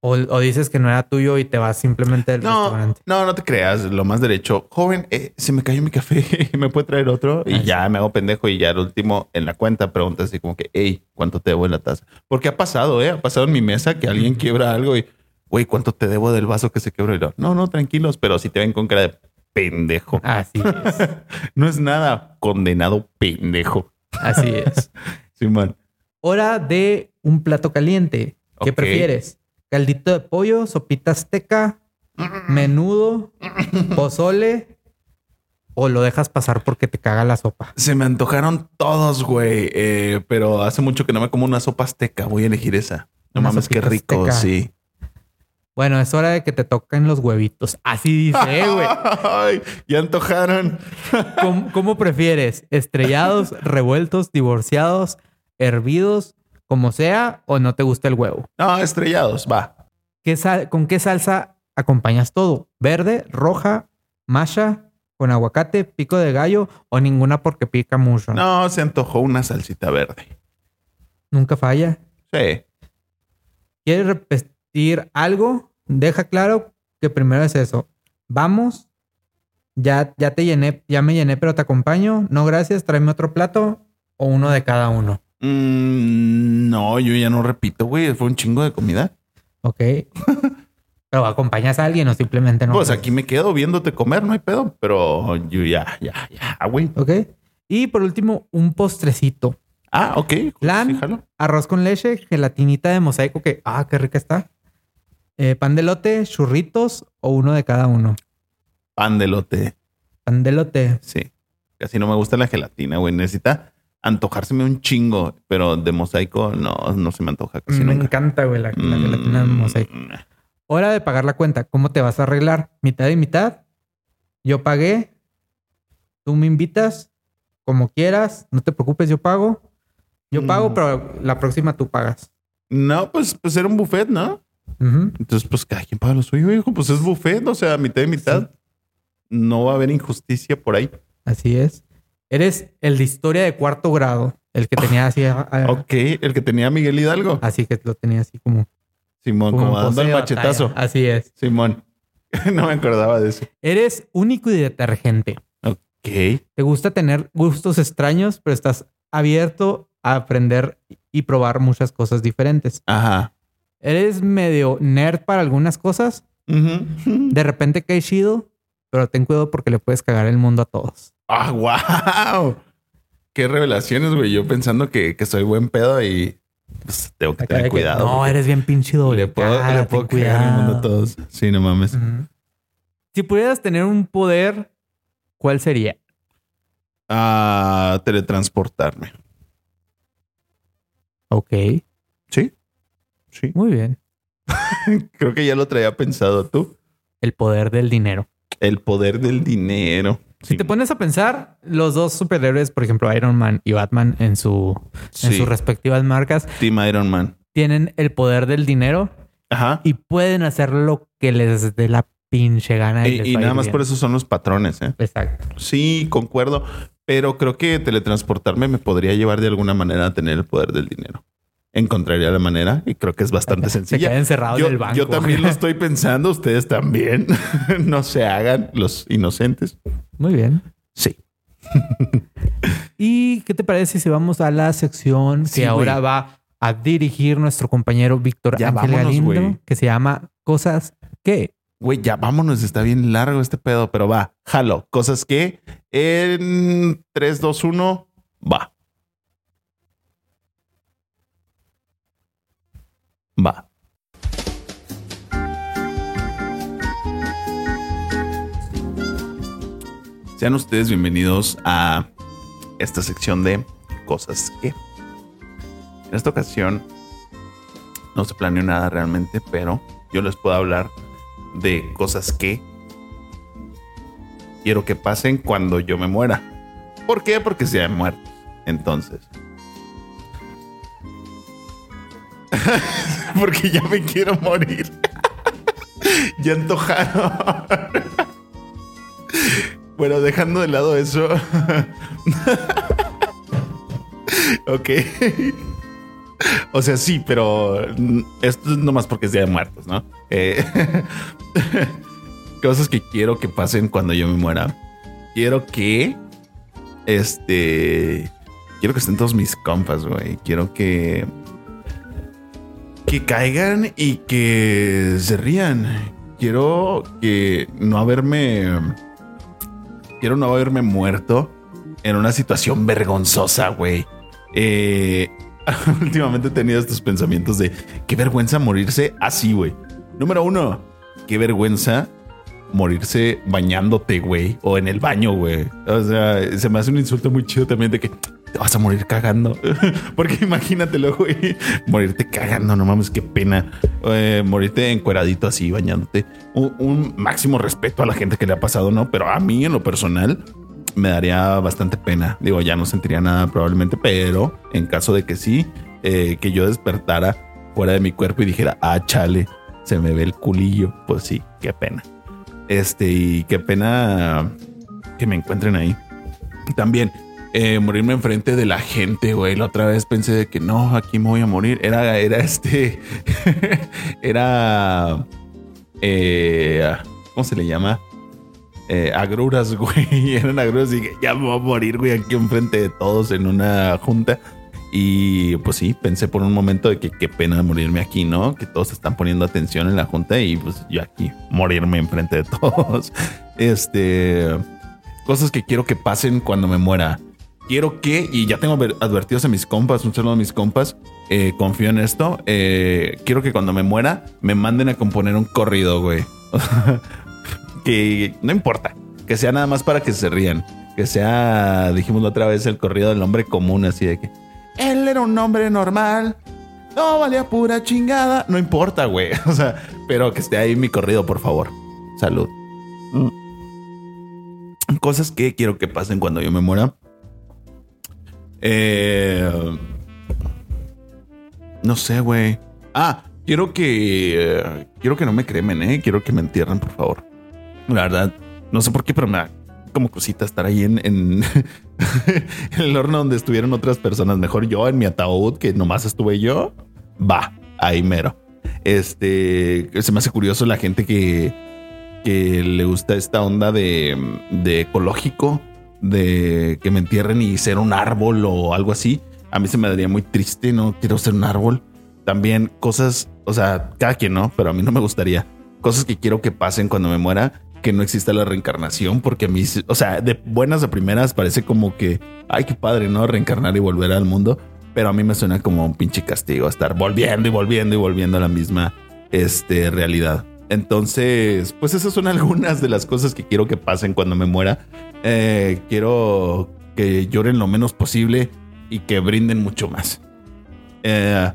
o. o dices que no era tuyo y te vas simplemente del No, restaurante. no, no te creas. Lo más derecho. Joven, eh, se me cayó mi café. ¿Me puede traer otro? Y Ah, ya me hago pendejo y ya al último en la cuenta pregunta así como que, hey, ¿cuánto te debo de la taza? Porque ha pasado, ¿eh? Ha pasado en mi mesa que alguien quiebra algo y, güey, ¿cuánto te debo del vaso que se quebró? Y lo, no, no, tranquilos, pero si te ven con cara de pendejo. Así es. No es nada condenado pendejo. Así es. Simón. Hora de un plato caliente. ¿Qué Ok. prefieres? caldito de pollo, sopita azteca, menudo, pozole, o lo dejas pasar porque te caga la sopa. Se me antojaron todos, güey. eh, pero hace mucho que no me como una sopa azteca. Voy a elegir esa. No Una mames, qué sopita rico. azteca. Sí. Bueno, es hora de que te toquen los huevitos. Así dice, eh, güey. Ay, ya antojaron. ¿Cómo, cómo prefieres? ¿Estrellados, revueltos, divorciados, hervidos, como sea, o no te gusta el huevo? No, estrellados. Va. ¿Qué sal- ¿Con qué salsa acompañas todo? ¿Verde, roja, masha, con aguacate, pico de gallo o ninguna porque pica mucho? No, se antojó una salsita verde. Nunca falla. Sí. ¿Quieres repetir algo? Deja claro que primero es eso. Vamos. Ya, ya te llené, ya me llené, pero te acompaño. No, gracias. Tráeme otro plato o uno de cada uno. Mm, no, yo ya no repito, güey. Fue un chingo de comida. Ok. pero acompañas a alguien o simplemente no. pues aquí me quedo viéndote comer, no hay pedo. Pero yo ya, ya, ya, güey. Ok. Y por último, un postrecito. Ah, ok. Plan. Sí, jalo. arroz con leche, gelatinita de mosaico que, ah, qué rica está. Eh, pan de lote, churritos o uno de cada uno. Pan de lote. Pan de lote. Sí. Casi no me gusta la gelatina, güey. Necesita antojárseme un chingo, pero de mosaico no, no se me antoja casi me nunca. encanta, güey, Mm, la, la gelatina de Mm, mosaico. Hora de pagar la cuenta. ¿Cómo te vas a arreglar? ¿Mitad y mitad? Yo pagué. Tú me invitas. Como quieras. No te preocupes, yo pago. Yo pago, Mm. pero la próxima tú pagas. No, pues, pues era un buffet, ¿no? Ujú. Entonces, pues cada quien paga lo suyo, hijo. Pues es buffet, o sea, mitad y mitad. No va a haber injusticia por ahí. Así es. Eres el de historia de cuarto grado. El que tenía así... ah, ah, Ok, el que tenía Miguel Hidalgo. Así que lo tenía así como... Simón, como, dando pose el de machetazo. batalla. Así es. Simón. no me acordaba de eso. Eres único y detergente. Ok. Te gusta tener gustos extraños, pero estás abierto a aprender y probar muchas cosas diferentes. Ajá. Eres medio nerd para algunas cosas. Ujú. De repente cae chido, pero ten cuidado porque le puedes cagar el mundo a todos. ¡Ah, wow! ¡Qué revelaciones, güey! Yo pensando que, que soy buen pedo y pues, tengo que Acá de tener que, cuidado. no, porque eres bien pinche doble. le puedo, cara, le ten puedo cagar el mundo cuidado". a todos. Sí, no mames. Ujú. Si pudieras tener un poder, ¿cuál sería? A Ah, teletransportarme. Ok, Sí. Sí. muy bien. Creo que ya lo traía pensado tú. El poder del dinero. El poder del dinero. Si te pones a pensar, los dos superhéroes, por ejemplo, Iron Man y Batman en, su, en Sí. sus respectivas marcas, Team Iron Man. tienen el poder del dinero Ajá. y pueden hacer lo que les dé la pinche gana. Y, les y va a nada ir más bien. por eso son los patrones, ¿eh? Exacto. Sí, concuerdo. Pero creo que teletransportarme me podría llevar de alguna manera a tener el poder del dinero. Encontraría la manera y creo que es bastante Se sencilla. queda encerrado Yo, en el banco. yo también lo estoy pensando, ustedes también. no se hagan los inocentes. Muy bien. Sí. ¿Y qué te parece si vamos a la sección que Sí, güey. ahora va a dirigir nuestro compañero Víctor Ya Ángel vámonos, Galindo, güey. que se llama Cosas que Güey, ya vámonos, está bien largo este pedo, pero va, jalo. Cosas que en 3, 2, 1, va. Va. Sean ustedes bienvenidos a esta sección de cosas que. En esta ocasión no se planeó nada realmente, pero yo les puedo hablar de cosas que quiero que pasen cuando yo me muera. ¿Por qué? Porque se han muerto. Entonces. Porque ya me quiero morir. ya antojaron. bueno, dejando de lado eso. ok. O sea, sí, pero mm, esto es nomás porque es Día de Muertos, ¿no? Eh, cosas que quiero que pasen cuando yo me muera. Quiero que. Este. Quiero que estén todos mis compas, güey. Quiero que. Que caigan y que se rían. Quiero que no haberme. Quiero no haberme muerto en una situación vergonzosa, güey. Eh, últimamente he tenido estos pensamientos de qué vergüenza morirse así, güey. Número uno, qué vergüenza morirse bañándote, güey, o en el baño, güey. O sea, se me hace un insulto muy chido también de que te vas a morir cagando. Porque imagínatelo, güey. Morirte cagando, no mames, qué pena. Eh, morirte encueradito así, bañándote. Un, un máximo respeto a la gente que le ha pasado, ¿no? Pero a mí, en lo personal, me daría bastante pena. Digo, ya no sentiría nada probablemente, pero en caso de que sí, eh, que yo despertara fuera de mi cuerpo y dijera, ah, chale, se me ve el culillo. Pues sí, qué pena. Este, y qué pena que me encuentren ahí. También, eh, morirme enfrente de la gente, güey. La otra vez pensé de que no, aquí me voy a morir. Era, era este, era, eh, ¿cómo se le llama? Eh, agruras, güey. Eran agruras y dije, ya me voy a morir, güey, aquí enfrente de todos en una junta. Y pues sí, pensé por un momento de que qué pena morirme aquí, ¿no? Que todos están poniendo atención en la junta y pues yo aquí morirme enfrente de todos. Este, cosas que quiero que pasen cuando me muera. Quiero que, y ya tengo advertidos a mis compas, un saludo a mis compas, eh, confío en esto, eh, quiero que cuando me muera me manden a componer un corrido, güey. que no importa, que sea nada más para que se rían, que sea, dijimos la otra vez, el corrido del hombre común, así de que él era un hombre normal, no valía pura chingada, no importa, güey, o sea, pero que esté ahí mi corrido, por favor. Salud. Mm. Cosas que quiero que pasen cuando yo me muera. Eh, no sé, güey. Ah, quiero que eh, quiero que no me cremen, eh. Quiero que me entierren, por favor. La verdad, no sé por qué, pero me da como cosita estar ahí en, en, en, el horno donde estuvieron otras personas. Mejor yo en mi ataúd, que nomás estuve yo. Va, ahí mero. Este, se me hace curioso la gente que, que le gusta esta onda de, de ecológico, de que me entierren y ser un árbol o algo así. A mí se me daría muy triste, no quiero ser un árbol. También cosas, o sea, cada quien no, pero a mí no me gustaría. Cosas que quiero que pasen cuando me muera que no exista la reencarnación, porque a mí, o sea, de buenas a primeras parece como que, ay, qué padre, ¿no? Reencarnar y volver al mundo, pero a mí me suena como un pinche castigo estar volviendo y volviendo y volviendo a la misma este, realidad. Entonces, pues esas son algunas de las cosas que quiero que pasen cuando me muera. Eh, quiero que lloren lo menos posible y que brinden mucho más. Eh,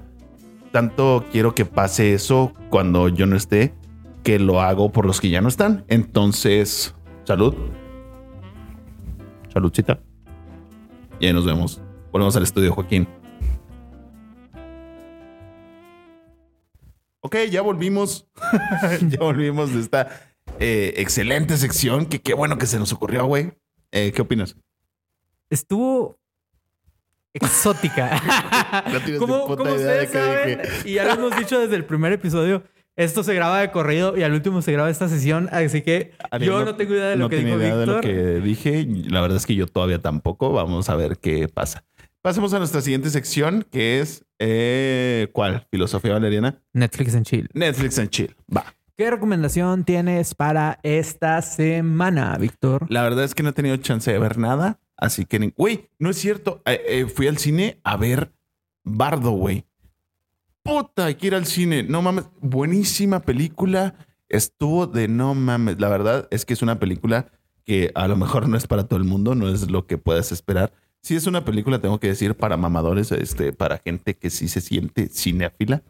tanto quiero que pase eso cuando yo no esté, que lo hago por los que ya no están. Entonces, salud. Saludcita. Y ahí nos vemos. Volvemos al estudio, Joaquín. Ok, ya volvimos. ya volvimos de esta eh, excelente sección. Que qué bueno que se nos ocurrió, güey. Eh, ¿Qué opinas? Estuvo exótica. no como puta como idea de ustedes qué saben, dije. y ya lo hemos dicho desde el primer episodio, esto se graba de corrido y al último se graba esta sesión, así que Ariel yo no tengo idea de lo no que tiene dijo idea de lo Víctor. que dije. La verdad es que yo todavía tampoco. Vamos a ver qué pasa. Pasemos a nuestra siguiente sección, que es eh, ¿cuál? Filosofía valeriana. Netflix en Chile. Netflix and chill. Va. ¿Qué recomendación tienes para esta semana, Víctor? La verdad es que no he tenido chance de ver nada, así que, ni- güey, no es cierto. Eh, eh, fui al cine a ver Bardo, güey. Puta, hay que ir al cine. No mames, buenísima película. Estuvo de no mames. La verdad es que es una película que a lo mejor no es para todo el mundo, no es lo que puedas esperar. Sí es una película, tengo que decir, para mamadores, este, para gente que sí se siente cinéfila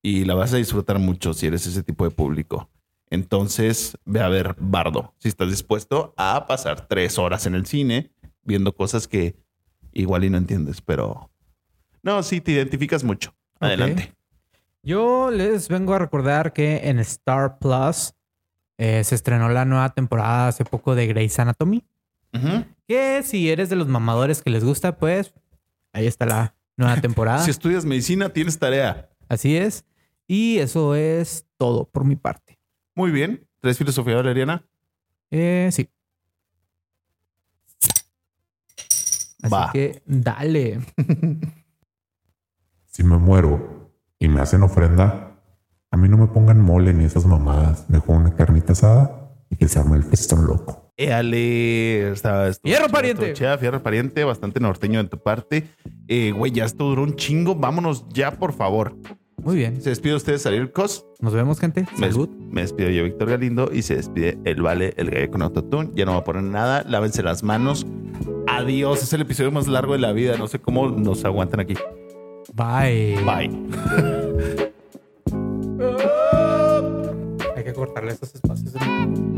y la vas a disfrutar mucho si eres ese tipo de público. Entonces, ve a ver Bardo, si estás dispuesto a pasar tres horas en el cine viendo cosas que igual y no entiendes, pero... No, sí, te identificas mucho. Adelante. Yo les vengo a recordar que en Star Plus eh, se estrenó la nueva temporada hace poco de Grey's Anatomy. Ujú. Que si eres de los mamadores que les gusta, pues ahí está la nueva temporada. Si estudias medicina, tienes tarea. Así es. Y eso es todo por mi parte. Muy bien. ¿Tres filosofía valeriana? Eh, sí. Así Va. que dale. Si me muero y me hacen ofrenda, a mí no me pongan mole ni esas mamadas. Mejor una carnita asada y que se arme el festón loco. Éale, estaba estuvo Fierro chido, pariente. estuvo chida, fierro pariente, bastante norteño de tu parte. Eh, güey, ya esto duró un chingo. Vámonos ya, por favor. Muy bien. Se despide usted, Salir Cos. Nos vemos, gente. Me, Salud. me despido yo, Víctor Galindo, y se despide el Vale, el gallo con autotune. Ya no va a poner nada. Lávense las manos. Adiós. Es el episodio más largo de la vida. No sé cómo nos aguantan aquí. Bye. Bye. Hay que cortarle estos espacios. de-